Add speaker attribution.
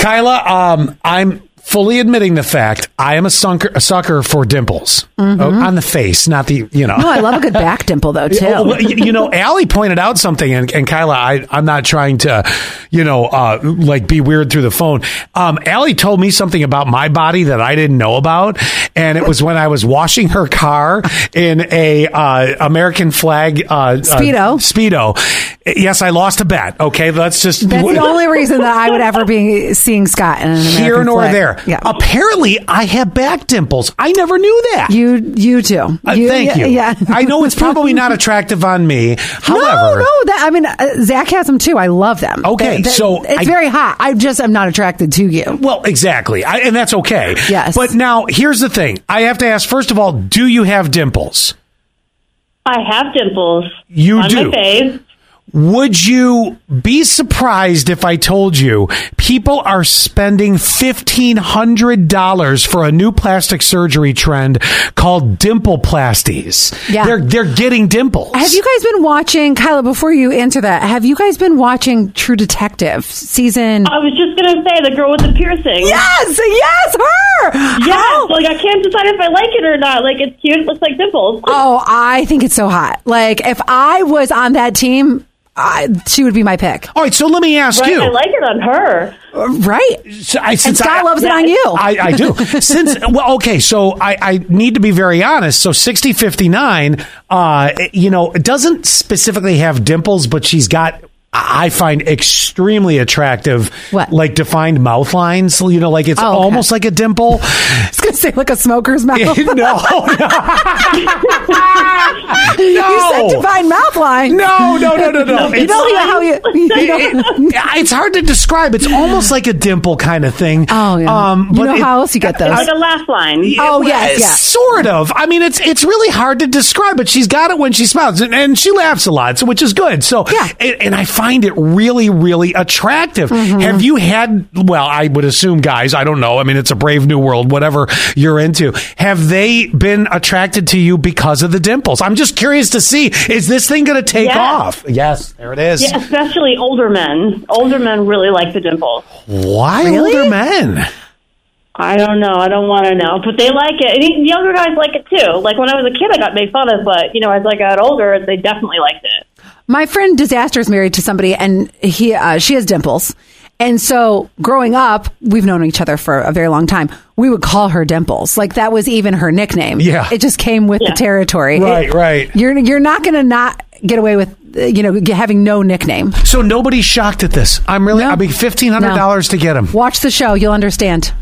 Speaker 1: Kyla, um, I'm fully admitting the fact I am a sucker, a sucker for dimples
Speaker 2: Mm-hmm.
Speaker 1: Oh, on the face, not the you know.
Speaker 2: No, Oh, I love a good back dimple though too.
Speaker 1: Oh, well, y- you know, Allie pointed out something, and, and Kyla, I, I'm not trying to, you know, uh, like be weird through the phone. Um, Allie told me something about my body that I didn't know about, and it was when I was washing her car in a uh, American flag uh,
Speaker 2: Speedo.
Speaker 1: Uh, speedo. Yes, I lost a bet. Okay, let's just
Speaker 2: That's the only reason that I would ever be seeing Scott in an American
Speaker 1: here nor
Speaker 2: flag.
Speaker 1: there.
Speaker 2: Yeah.
Speaker 1: Apparently, I have back dimples. I never knew that.
Speaker 2: you you too.
Speaker 1: Uh, thank you.
Speaker 2: Yeah.
Speaker 1: I know it's probably not attractive on me.
Speaker 2: No,
Speaker 1: However,
Speaker 2: no. That, I mean, uh, Zach has them too. I love them.
Speaker 1: Okay,
Speaker 2: They- they-
Speaker 1: so
Speaker 2: it's
Speaker 1: I-
Speaker 2: very hot. I just am not attracted to you.
Speaker 1: Well, exactly. I, and that's okay.
Speaker 2: Yes.
Speaker 1: But now here's the thing. I have to ask first of all, do you have dimples?
Speaker 3: I have dimples.
Speaker 1: You
Speaker 3: on
Speaker 1: do.
Speaker 3: my face.
Speaker 1: Would you be surprised if I told you people are spending $1500 for a new plastic surgery trend called dimpleplasties?
Speaker 2: Yeah.
Speaker 1: They're they're getting dimples.
Speaker 2: Have you guys been watching Kyla? Before you answer that, have you guys been watching True Detective season?
Speaker 1: Uh,
Speaker 3: I was just gonna say the girl with the piercing.
Speaker 2: yes, yes, her.
Speaker 3: Yes,
Speaker 2: How-
Speaker 3: like I can't decide if I like it or not. Like it's cute, it looks like dimples.
Speaker 2: Oh, I think it's so hot. Like if I was on that team, I, she would be my pick.
Speaker 1: all right, so let me ask
Speaker 3: right?
Speaker 1: you.
Speaker 3: I like it on her.
Speaker 2: Right?
Speaker 1: So I- since
Speaker 2: Scott
Speaker 1: I-
Speaker 2: loves it on you.
Speaker 1: I, I do. Since, well, okay, so I, I need to be very honest. So 6059, uh, you know, doesn't specifically have dimples, but she's got, I find extremely attractive,
Speaker 2: What?
Speaker 1: like defined mouth lines, you know, like it's
Speaker 2: Oh, okay.
Speaker 1: almost like a dimple.
Speaker 2: I was gonna say like a smoker's mouth.
Speaker 1: no, no,
Speaker 2: You said divine mouth line.
Speaker 1: no, no, no, no, no.
Speaker 2: You
Speaker 1: It's-
Speaker 2: know how you, you know,
Speaker 1: it- it- it's hard to describe. It's almost like a dimple kind of thing.
Speaker 2: Oh yeah.
Speaker 1: Um,
Speaker 2: you
Speaker 1: but
Speaker 2: know
Speaker 1: it-
Speaker 2: how else you get those?
Speaker 3: Like a laugh line.
Speaker 2: Oh,
Speaker 1: It-
Speaker 2: yes, yeah.
Speaker 1: sort of. I mean, it's it's really hard to describe, but she's got it when she smiles, and, and she laughs a lot, so which is good. So,
Speaker 2: Yeah.
Speaker 1: and, and I find it really, really attractive. Have you had? Well, I would assume, guys. I don't know. I mean, it's a brave new world. Whatever you're into, have they been attracted to you because of the dimples? I'm just curious to see is this thing going to take
Speaker 3: Yes.
Speaker 1: off? Yes, there it is.
Speaker 3: Yeah, especially older men. Older men really like the dimples.
Speaker 1: Why older men?
Speaker 3: I don't know. I don't want to know, but they like it. And even younger guys like it too. Like when I was a kid, I got made fun of, but you know, as I got older, they definitely liked it.
Speaker 2: My friend Disaster is married to somebody, and he uh, she has dimples. And so, growing up, we've known each other for a very long time. We would call her Dimples, like that was even her nickname.
Speaker 1: Yeah.
Speaker 2: it just came with
Speaker 3: Yeah.
Speaker 2: the territory.
Speaker 1: Right,
Speaker 2: It-
Speaker 1: right.
Speaker 2: You're you're not going to not get away with uh, you know g- having no nickname.
Speaker 1: So nobody's shocked at this. I'm really. I mean, fifteen hundred dollars to get them.
Speaker 2: Watch the show; you'll understand.